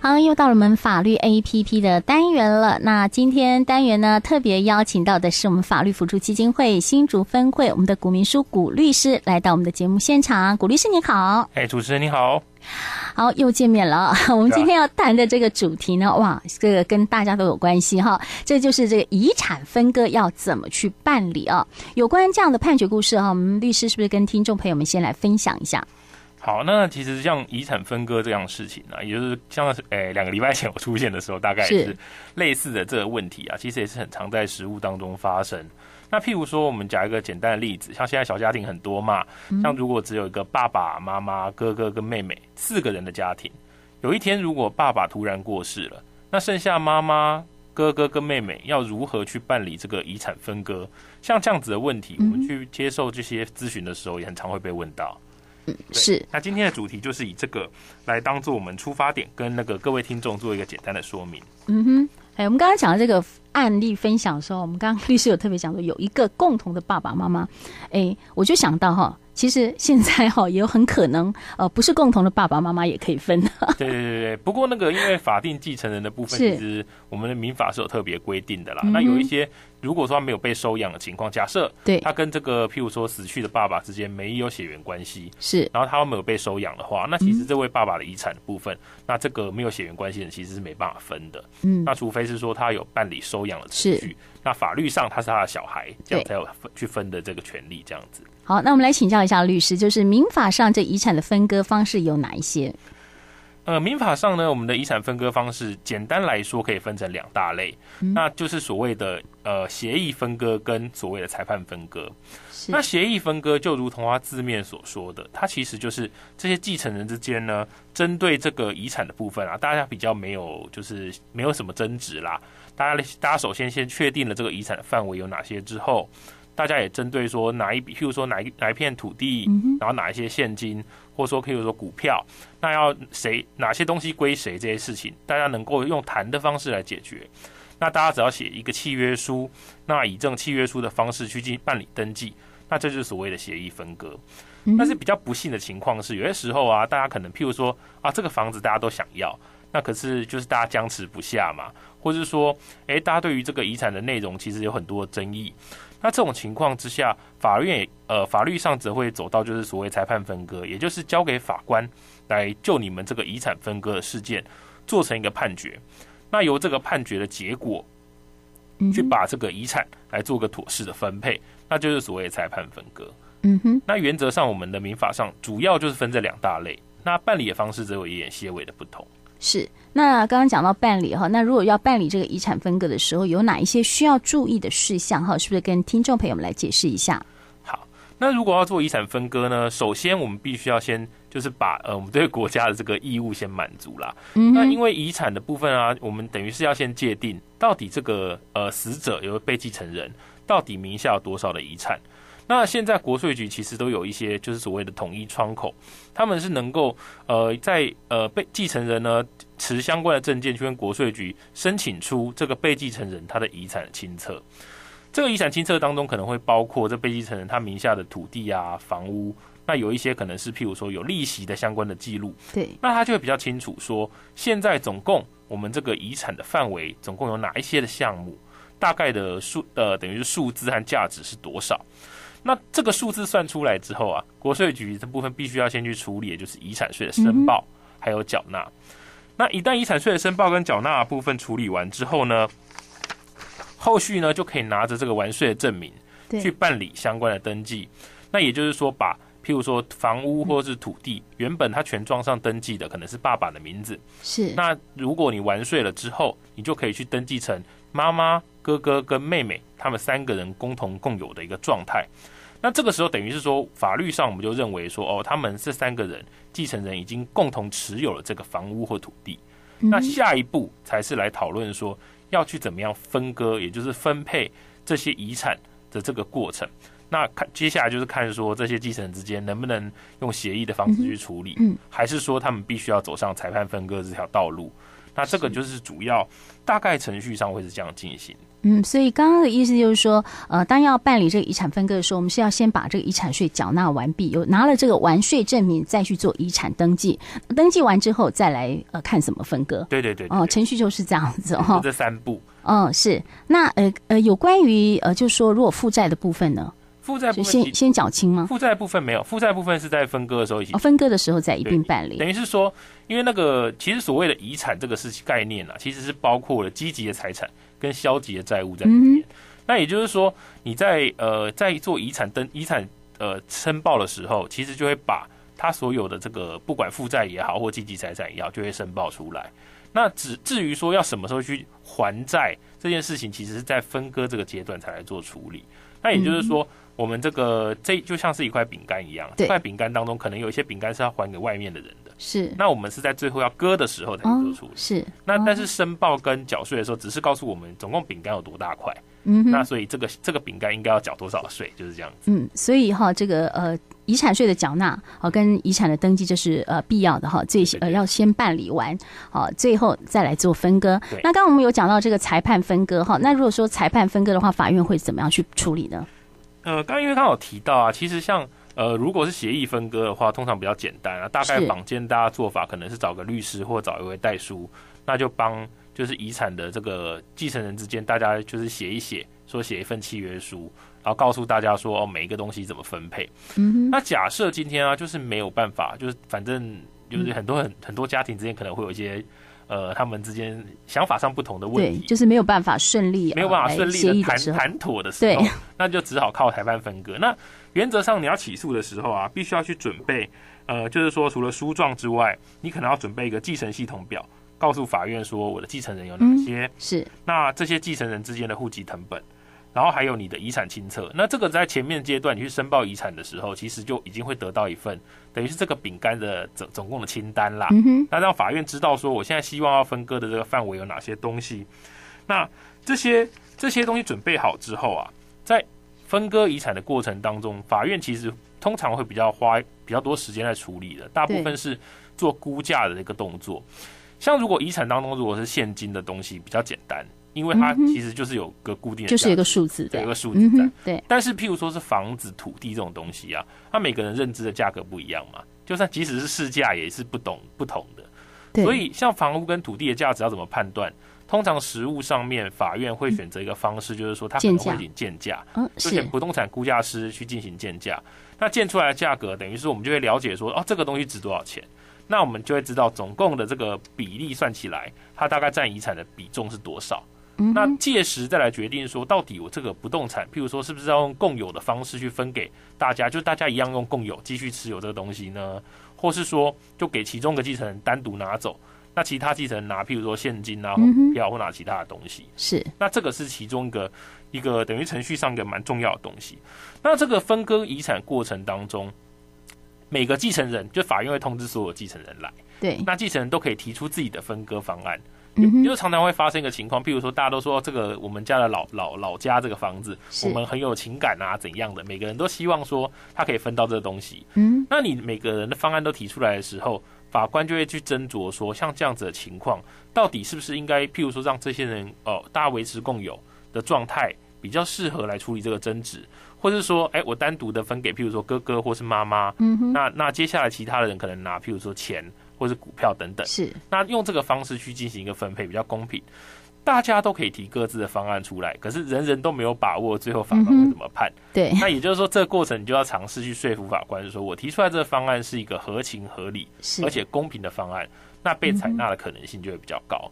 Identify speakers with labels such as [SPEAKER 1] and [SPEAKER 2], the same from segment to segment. [SPEAKER 1] 好，又到了我们法律 A P P 的单元了。那今天单元呢，特别邀请到的是我们法律辅助基金会新竹分会我们的古明书古律师来到我们的节目现场。古律师您好，
[SPEAKER 2] 哎，主持人你好。
[SPEAKER 1] 好，又见面了 啊。我们今天要谈的这个主题呢，哇，这个跟大家都有关系哈。这就是这个遗产分割要怎么去办理啊？有关这样的判决故事哈，啊我们律师是不是跟听众朋友们先来分享一下？
[SPEAKER 2] 好，那其实像遗产分割这样的事情呢、啊，也就是像是诶两个礼拜前我出现的时候，大概也
[SPEAKER 1] 是
[SPEAKER 2] 是类似的这个问题啊，其实也是很常在实务当中发生。那譬如说，我们讲一个简单的例子，像现在小家庭很多嘛，像如果只有一个爸爸妈妈、哥哥跟妹妹四个人的家庭，有一天如果爸爸突然过世了，那剩下妈妈、哥哥跟妹妹要如何去办理这个遗产分割？像这样子的问题，我们去接受这些咨询的时候，也很常会被问到。对
[SPEAKER 1] 是，
[SPEAKER 2] 那今天的主题就是以这个来当做我们出发点，跟那个各位听众做一个简单的 说明。
[SPEAKER 1] 嗯哼。哎，我们刚刚讲的这个案例分享的时候，我们刚刚律师有特别讲说，有一个共同的爸爸妈妈，哎，我就想到哈，其实现在哈也有很可能，呃，不是共同的爸爸妈妈也可以 分的，
[SPEAKER 2] 对对对对，不过那个因为法定继承人的部分，
[SPEAKER 1] 是
[SPEAKER 2] 其实我们的民法是有特别规定的啦。
[SPEAKER 1] 嗯哼
[SPEAKER 2] 那有一些如果说他没有被收养的情况，假设
[SPEAKER 1] 对，
[SPEAKER 2] 他跟这个譬如说死去的爸爸之间没有血缘关系，
[SPEAKER 1] 是
[SPEAKER 2] 然后他没有被收养的话，那其
[SPEAKER 1] 嗯
[SPEAKER 2] 实这位爸爸的遗产的部分，那这个没有血缘关系的人其实是没办法分的。
[SPEAKER 1] 嗯
[SPEAKER 2] 那除非是说他有办理收养的程
[SPEAKER 1] 是
[SPEAKER 2] 序，那法律上他是他的小孩，这
[SPEAKER 1] 对
[SPEAKER 2] 样才有分去分的这个权利，这样子。
[SPEAKER 1] 好，那我们来请教一下律师，就是民法上这遗产的分割方式有哪一些？
[SPEAKER 2] 呃，民法上呢，我们的遗产分割方式，简单来说可以分成两大类，那就是所谓的呃协议分割跟所谓的裁判分割。
[SPEAKER 1] 是
[SPEAKER 2] 那协议分割就如同它字面所说的，它其实就是这些继承人之间呢，针对这个遗产的部分啊，大家比较没有就是没有什么争执啦。大家大家首先先确定了这个遗产的范围有哪些之后，大家也针对说哪一笔，譬如说哪一哪一片土地，然后哪一些现金，或者说譬如说股票，那要谁哪些东西归谁这些事情，大家能够用谈的方式来解决。那大家只要写一个契约书，那以这种契约书的方式去进办理登记，那这就是所谓的协议分割。但是比较不幸的情况是，有些时候啊，大家可能譬如说啊，这个房子大家都想要，那可是就是大家僵持不下嘛，或者是说，诶、大家对于这个遗产的内容其实有很多的争议。那这种情况之下，法院也呃法律上则会走到就是所谓裁判分割，也就是交给法官来就你们这个遗产分割的事件做成一个判决。那由这个判决的结果
[SPEAKER 1] 嗯
[SPEAKER 2] 去把这个遗产来做个妥适的分配，那就是所谓的裁判分割。
[SPEAKER 1] 嗯哼，
[SPEAKER 2] 那原则上，我们的民法上主要就是分这两大类。那办理的方式只有一点些微的不同。
[SPEAKER 1] 是。那刚刚讲到办理哈，那如果要办理这个遗产分割的时候，有哪一些需要注意的事项哈？是不是跟听众朋友们来解释一下？
[SPEAKER 2] 好，那如果要做遗产分割呢，首先我们必须要先就是把呃我们对国家的这个义务先满足啦。
[SPEAKER 1] 嗯
[SPEAKER 2] 那因为遗产的部分啊，我们等于是要先界定到底这个呃死者有被继承人到底名下有多少的遗产。那现在国税局其实都有一些就是所谓的统一窗口，他们是能够呃在呃被继承人呢持相关的证件去跟国税局申请出这个被继承人他的遗产清册。这个遗产清册当中可能会包括这被继承人他名下的土地啊、房屋，那有一些可能是譬如说有利息的相关的记录，
[SPEAKER 1] 对，
[SPEAKER 2] 那他就会比较清楚说，现在总共我们这个遗产的范围总共有哪一些的项目，大概的数呃等于是数字和价值是多少。那这个数字算出来之后啊，国税局这部分必须要先去处理，也就是遗产税的申报还有缴纳。那一旦遗产税的申报跟缴纳的部分处理完之后呢，后续呢就可以拿着这个完税的证明
[SPEAKER 1] 对
[SPEAKER 2] 去办理相关的登记。那也就是说，把譬如说房屋或是土地，原本它权状上登记的可能是爸爸的名字，
[SPEAKER 1] 是
[SPEAKER 2] 那如果你完税了之后，你就可以去登记成妈妈、哥哥跟妹妹他们三个人共同共有的一个状态。那这个时候等于是说，法律上我们就认为说，哦，他们这三个人继承人已经共同持有了这个房屋或土地。
[SPEAKER 1] 嗯
[SPEAKER 2] 那下一步才是来讨论说要去怎么样分割，也就是分配这些遗产的这个过程。那看接下来就是看说这些继承人之间能不能用协议的方式去处理，
[SPEAKER 1] 嗯
[SPEAKER 2] 还是说他们必须要走上裁判分割这条道路？那这个就是主要大概程序上会是这样进行。
[SPEAKER 1] 嗯，所以刚刚的意思就是说，呃，当要办理这个遗产分割的时候，我们是要先把这个遗产税缴纳完毕，有拿了这个完税证明，再去做遗产登记，登记完之后再来呃看怎么分割。
[SPEAKER 2] 对对对对
[SPEAKER 1] 哦，
[SPEAKER 2] 对
[SPEAKER 1] 程序就是这样子
[SPEAKER 2] 就
[SPEAKER 1] 哦。
[SPEAKER 2] 这三步。
[SPEAKER 1] 嗯，是。那呃呃，有关于呃，就说如果负债的部分呢，
[SPEAKER 2] 负债部
[SPEAKER 1] 就
[SPEAKER 2] 分
[SPEAKER 1] 先
[SPEAKER 2] 其，
[SPEAKER 1] 先缴清吗？
[SPEAKER 2] 负债部分没有，负债部分是在分割的时候一起
[SPEAKER 1] 哦，分割的时候再一并办理。
[SPEAKER 2] 等于是说，因为那个其实所谓的遗产这个事情概念啊，其实是包括了积极的财产跟消极的债务
[SPEAKER 1] 嗯
[SPEAKER 2] 在里面。那也就是说，你在呃在做遗产登遗产呃申报的时候，其实就会把他所有的这个不管负债也好或积极财产也好，就会申报出来。那至至于说要什么时候去还债这件事情，其实是在分割这个阶段才来做处理。那也就是说，我们这个这就像是一块饼干一样，
[SPEAKER 1] 对
[SPEAKER 2] 这块饼干当中可能有一些饼干是要还给外面的人的。
[SPEAKER 1] 是。
[SPEAKER 2] 那我们是在最后要割的时候才去做
[SPEAKER 1] 哦
[SPEAKER 2] 处，理。
[SPEAKER 1] 是。
[SPEAKER 2] 那但
[SPEAKER 1] 哦，
[SPEAKER 2] 是申报跟缴税的时候，只是告诉我们总共饼干有多大块，
[SPEAKER 1] 嗯
[SPEAKER 2] 那
[SPEAKER 1] 哼，
[SPEAKER 2] 所以这个这个饼干应该要缴多少税，就是这样子。
[SPEAKER 1] 嗯，所以哈，这个呃。遗产税的缴纳，好、跟遗产的登记，这是呃必要的哈，最
[SPEAKER 2] 对对
[SPEAKER 1] 呃要先办理完，好、最后再来做分割
[SPEAKER 2] 对。
[SPEAKER 1] 那刚刚我们有讲到这个裁判分割哈，那如果说裁判分割的话，法院会怎么样去处理呢？
[SPEAKER 2] 呃，刚刚因为刚好提到啊，其实像呃，如果是协议分割的话，通常比较简单啊，大概
[SPEAKER 1] 是
[SPEAKER 2] 坊间大家做法可能是找个律师或找一位代书，那就帮就是遗产的这个继承人之间，大家就是写一写，说写一份契约书，然后告诉大家说哦，每一个东西怎么分配。
[SPEAKER 1] 嗯哼，
[SPEAKER 2] 那假设今天啊，就是没有办法，就是反正就是很
[SPEAKER 1] 嗯
[SPEAKER 2] 多很、很多家庭之间可能会有一些呃，他们之间想法上不同的问
[SPEAKER 1] 对，
[SPEAKER 2] 题，
[SPEAKER 1] 就是没有办法顺利，
[SPEAKER 2] 没有办
[SPEAKER 1] 呃
[SPEAKER 2] 法
[SPEAKER 1] 来
[SPEAKER 2] 顺
[SPEAKER 1] 协
[SPEAKER 2] 利
[SPEAKER 1] 议
[SPEAKER 2] 的谈
[SPEAKER 1] 时候，
[SPEAKER 2] 谈妥的时候
[SPEAKER 1] 对，
[SPEAKER 2] 那就只好靠裁判分割。那原则上你要起诉的时候啊，必须要去准备，呃，就是说除了书状之外，你可能要准备一个继承系统表，告诉法院说我的继承人有哪
[SPEAKER 1] 嗯
[SPEAKER 2] 些，
[SPEAKER 1] 是
[SPEAKER 2] 那这些继承人之间的户籍成本，然后还有你的遗产清册。那这个在前面阶段你去申报遗产的时候，其实就已经会得到一份等于是这个饼干的总总共的清单啦。
[SPEAKER 1] 嗯哼，
[SPEAKER 2] 那让法院知道说，我现在希望要分割的这个范围有哪些东西。那这些这些东西准备好之后啊，在分割遗产的过程当中，法院其实通常会比较花比较多时间来处理的，大部分是做估价的一个动作。像如果遗产当中如果是现金的东西比较简单，因为它
[SPEAKER 1] 嗯哼
[SPEAKER 2] 其实就是有个固定的
[SPEAKER 1] 就
[SPEAKER 2] 价格，
[SPEAKER 1] 是有一个数字
[SPEAKER 2] 对
[SPEAKER 1] 在，
[SPEAKER 2] 啊有个数字
[SPEAKER 1] 嗯
[SPEAKER 2] 在
[SPEAKER 1] 哼，对，
[SPEAKER 2] 但是，譬如说是房子、土地这种东西啊，它每个人认知的价格不一样嘛，就算即使是市价也是不懂不同的。
[SPEAKER 1] 对，
[SPEAKER 2] 所以，像房屋跟土地的价值要怎么判断？通常实物上面，法院会选择一个方式，就是说它可能
[SPEAKER 1] 建价
[SPEAKER 2] 会请建价，
[SPEAKER 1] 嗯
[SPEAKER 2] 就是请不动产估价师去进行建价。那建出来的价格，等于是我们就会了解说，哦，这个东西值多少钱。那我们就会知道总共的这个比例算起来，它大概占遗产的比重是多少。
[SPEAKER 1] 嗯
[SPEAKER 2] 那
[SPEAKER 1] 哼
[SPEAKER 2] 届时再来决定说，到底我这个不动产，譬如说是不是要用共有的方式去分给大家，就大家一样用共有继续持有这个东西呢，或是说就给其中一个继承人单独拿走，那其他继承人拿譬如说现金啊、或
[SPEAKER 1] 嗯哼
[SPEAKER 2] 股票或拿其他的东西，
[SPEAKER 1] 是
[SPEAKER 2] 那这个是其中一个一个等于程序上一个蛮重要的东西。那这个分割遗产过程当中，每个继承人就法院会通知所有继承人来，
[SPEAKER 1] 对，
[SPEAKER 2] 那继承人都可以提出自己的分割方案。
[SPEAKER 1] 嗯
[SPEAKER 2] 因
[SPEAKER 1] 哼，
[SPEAKER 2] 为常常会发生一个情况，譬如说大家都说哦这个我们家的老老老家这个房子，
[SPEAKER 1] 是
[SPEAKER 2] 我们很有情感啊，怎样的，每个人都希望说他可以分到这个东西。
[SPEAKER 1] 嗯
[SPEAKER 2] 那你每个人的方案都提出来的时候，法官就会去斟酌说，像这样子的情况，到底是不是应该，譬如说让这些人哦、呃大家维持共有的状态，比较适合来处理这个争执，或是说，哎，我单独的分给譬如说哥哥或是妈妈，
[SPEAKER 1] 嗯哼，
[SPEAKER 2] 那那接下来其他的人可能拿譬如说钱或是股票等等。
[SPEAKER 1] 是
[SPEAKER 2] 那用这个方式去进行一个分配比较公平，大家都可以提各自的方案出来，可是人人都没有把握最后法
[SPEAKER 1] 嗯
[SPEAKER 2] 官会怎么判。
[SPEAKER 1] 对，
[SPEAKER 2] 那也就是说，这个过程你就要尝试去说服法官，说我提出来这个方案是一个合情合理
[SPEAKER 1] 是，
[SPEAKER 2] 而且公平的方案，那被采纳的可能性就会比较高。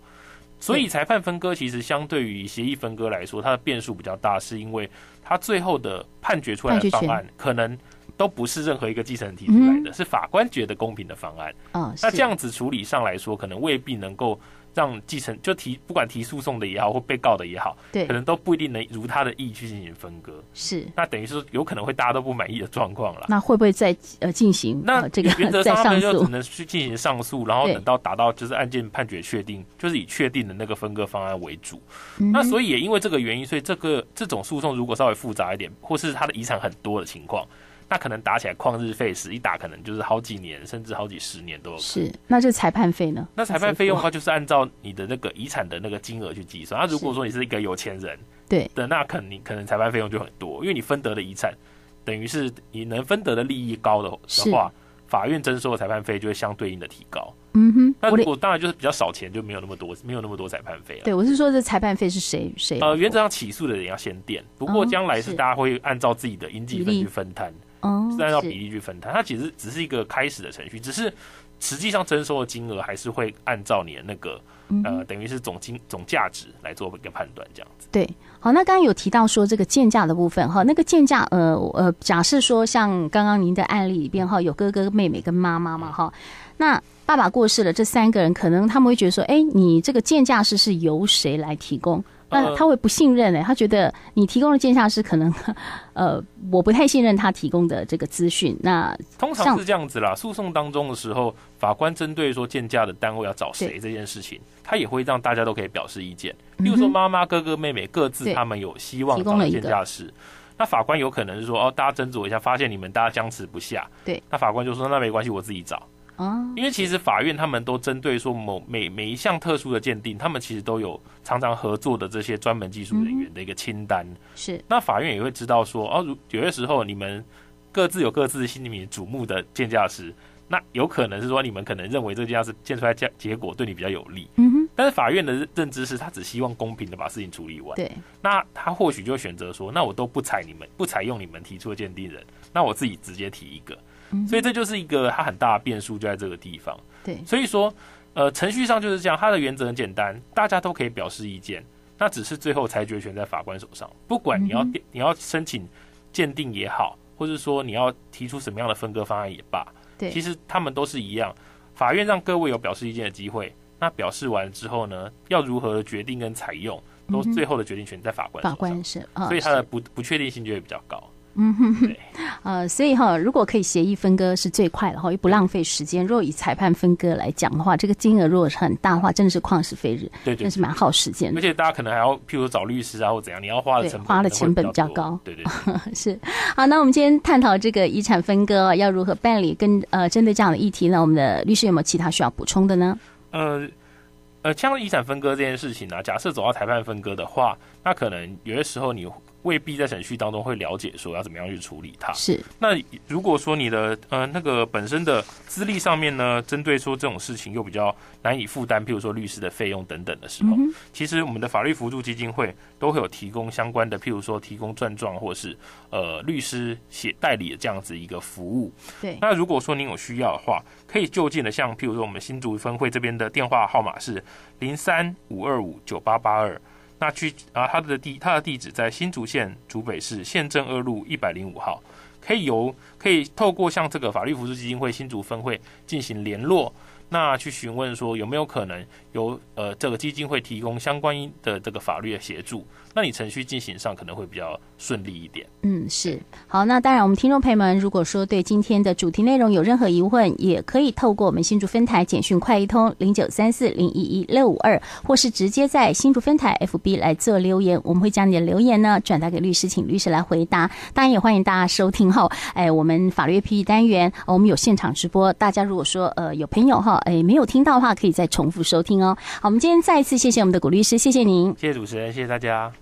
[SPEAKER 2] 所以裁判分割其实相对于协议分割来说，它的变数比较大，是因为它最后的判决出来的
[SPEAKER 1] 判决
[SPEAKER 2] 方
[SPEAKER 1] 权
[SPEAKER 2] 案可能都不是任何一个继承人提出来的，是法官觉得公平的方案。
[SPEAKER 1] 哦，
[SPEAKER 2] 那
[SPEAKER 1] 是
[SPEAKER 2] 这样子处理上来说，可能未必能够让继承就提不管提诉讼的也好，或被告的也好，
[SPEAKER 1] 对
[SPEAKER 2] 可能都不一定能如他的意去进行分割。
[SPEAKER 1] 是。
[SPEAKER 2] 那等于是有可能会大家都不满意的状况啦。
[SPEAKER 1] 那会不会再呃进行
[SPEAKER 2] 啊那
[SPEAKER 1] 呃这个
[SPEAKER 2] 原则
[SPEAKER 1] 再
[SPEAKER 2] 上他
[SPEAKER 1] 上
[SPEAKER 2] 们就
[SPEAKER 1] 诉
[SPEAKER 2] 只？能去进行上诉，然后
[SPEAKER 1] 对
[SPEAKER 2] 等到达到就是案件判决确定，就是以确定的那个分割方案为主。
[SPEAKER 1] 嗯
[SPEAKER 2] 那
[SPEAKER 1] 哼
[SPEAKER 2] 所以也因为这个原因，所以这个这种诉讼如果稍微复杂一点，或是他的遗产很多的情况，那可能打起来旷日费时，一打可能就是好几年，甚至好几十年都有。
[SPEAKER 1] 是，那这裁判费呢？
[SPEAKER 2] 那裁判费用的话，就是按照你的那个遗产的那个金额去计算。那如果说你是一个有钱人
[SPEAKER 1] 对
[SPEAKER 2] 的，那可能你可能裁判费用就很多，因为你分得的遗产，等于是你能分得的利益高的
[SPEAKER 1] 是
[SPEAKER 2] 的话，法院征收的裁判费就会相对应的提高。
[SPEAKER 1] 嗯哼，
[SPEAKER 2] 那
[SPEAKER 1] 我的
[SPEAKER 2] 如果当然就是比较少钱，就没有那么多，没有那么多裁判费了。
[SPEAKER 1] 对我是说这裁判费是谁谁
[SPEAKER 2] 呃，原则上起诉的人要先垫，不过
[SPEAKER 1] 哦
[SPEAKER 2] 将来
[SPEAKER 1] 是
[SPEAKER 2] 是大家会按照自己的应计分
[SPEAKER 1] 比例
[SPEAKER 2] 去分摊，
[SPEAKER 1] 哦
[SPEAKER 2] 是按照
[SPEAKER 1] 是
[SPEAKER 2] 比例去分摊。它其实只是一个开始的程序，只是实际上征收的金额还是会按照你的那个
[SPEAKER 1] 嗯哼
[SPEAKER 2] 呃，等于是总金总价值来做一个判断，这样子。
[SPEAKER 1] 对，好，那刚刚有提到说这个建价的部分哈，那个建价，呃呃，假设说像刚刚您的案例里边哈，有哥哥、妹妹跟妈妈嘛哈，那爸爸过世了，这三个人可能他们会觉得说，哎，你这个建价师是由谁来提供？那
[SPEAKER 2] 呃
[SPEAKER 1] 他会不信任哎、他觉得你提供的建价师可能，呃，我不太信任他提供的这个资讯。那
[SPEAKER 2] 通
[SPEAKER 1] 像
[SPEAKER 2] 常是这样子啦，诉讼当中的时候，法官针对说建价的单位要找谁这件事情，他也会让大家都可以表示意见。例如说，妈妈、哥哥、妹妹各自
[SPEAKER 1] 嗯对
[SPEAKER 2] 他们有希望
[SPEAKER 1] 提
[SPEAKER 2] 找
[SPEAKER 1] 供了
[SPEAKER 2] 到
[SPEAKER 1] 一
[SPEAKER 2] 建
[SPEAKER 1] 个
[SPEAKER 2] 价师，那法官有可能是说，哦，大家斟酌一下，发现你们大家僵持不下，
[SPEAKER 1] 对，
[SPEAKER 2] 那法官就说，那没关系，我自己找。
[SPEAKER 1] 啊，
[SPEAKER 2] 因为其实法院他们都针对说某每每一项特殊的鉴定，他们其实都有常常合作的这些专门技术人
[SPEAKER 1] 嗯
[SPEAKER 2] 员的一个清单。
[SPEAKER 1] 是
[SPEAKER 2] 那法院也会知道说，哦，如有些时候你们各自有各自心里面瞩目的鉴价师，那有可能是说你们可能认为这件价师鉴出来价结果对你比较有利，
[SPEAKER 1] 嗯哼，
[SPEAKER 2] 但是法院的认知是他只希望公平的把事情处理完，
[SPEAKER 1] 对，
[SPEAKER 2] 那他或许就选择说，那我都不采你们不采用你们提出的鉴定人，那我自己直接提一个，
[SPEAKER 1] 嗯
[SPEAKER 2] 所以这就是一个他很大的变数就在这个地方。
[SPEAKER 1] 对，
[SPEAKER 2] 所以说，呃，程序上就是这样，它的原则很简单，大家都可以表示意见，那只是最后裁决权在法官手上。不管你要、
[SPEAKER 1] 嗯
[SPEAKER 2] 你要申请鉴定也好，或者说你要提出什么样的分割方案也罢，
[SPEAKER 1] 对
[SPEAKER 2] 其实他们都是一样，法院让各位有表示意见的机会。那表示完之后呢，要如何决定跟采用，都
[SPEAKER 1] 嗯哼
[SPEAKER 2] 最后的决定权在法官手
[SPEAKER 1] 法
[SPEAKER 2] 上，
[SPEAKER 1] 官是啊，
[SPEAKER 2] 所以它
[SPEAKER 1] 是
[SPEAKER 2] 的不不确定性就会比较高。
[SPEAKER 1] 嗯哼哼
[SPEAKER 2] 对，
[SPEAKER 1] 呃，所以哈，如果可以协议分割是最快的哈，又不浪费时间。如果以裁判分割来讲的话，这个金额如果是很大的话，真的是旷世废日，
[SPEAKER 2] 对
[SPEAKER 1] 真
[SPEAKER 2] 对
[SPEAKER 1] 是蛮耗时间
[SPEAKER 2] 而
[SPEAKER 1] 的。
[SPEAKER 2] 且大家可能还要，譬如找律师啊，或怎样，你要花的
[SPEAKER 1] 对
[SPEAKER 2] 成本
[SPEAKER 1] 花的
[SPEAKER 2] 可能会
[SPEAKER 1] 成本比较
[SPEAKER 2] 多
[SPEAKER 1] 高
[SPEAKER 2] 对对对。
[SPEAKER 1] 是，好，那我们今天探讨这个遗产分割哦要如何办理，跟呃针对这样的议题呢，我们的律师有没有其他需要补充的呢？
[SPEAKER 2] 呃呃，像遗产分割这件事情呢、啊假设走到裁判分割的话，那可能有些时候你未必在程序当中会了解说要怎么样去处理它。
[SPEAKER 1] 是
[SPEAKER 2] 那如果说你的呃那个本身的资历上面呢，针对说这种事情又比较难以负担，譬如说律师的费用等等
[SPEAKER 1] 嗯
[SPEAKER 2] 的时候，其实我们的法律辅助基金会都会有提供相关的，譬如说提供撰状或是呃律师写代理的这样子一个服务。
[SPEAKER 1] 对，
[SPEAKER 2] 那如果说您有需要的话，可以就近的像譬如说我们新竹分会这边的电话号码是零三五二五九八八二，那去啊它的地它的地址在新竹县竹北市县政二路一百零五号，可以由可以透过像这个法律辅助基金会新竹分会进行联络。那去询问说有没有可能由呃这个基金会提供相关的这个法律的协助，那你程序进行上可能会比较顺利一点。
[SPEAKER 1] 嗯，是好。那当然，我们听众朋友们，如果说对今天的主题内容有任何疑问，也可以透过我们新竹分台简讯快一通零九三四零一一六五二，或是直接在新竹分台 FB 来做留言，我们会将你的留言呢转达给律师，请律师来回答。当然，也欢迎大家收听哈。哎，我们法律 APP 单元、呃我们有现场直播，大家如果说呃有朋友哈，哎没有听到的话，可以再重复收听哦。好，我们今天再一次谢谢我们的古律师，谢谢您。
[SPEAKER 2] 谢谢主持人，谢谢大家。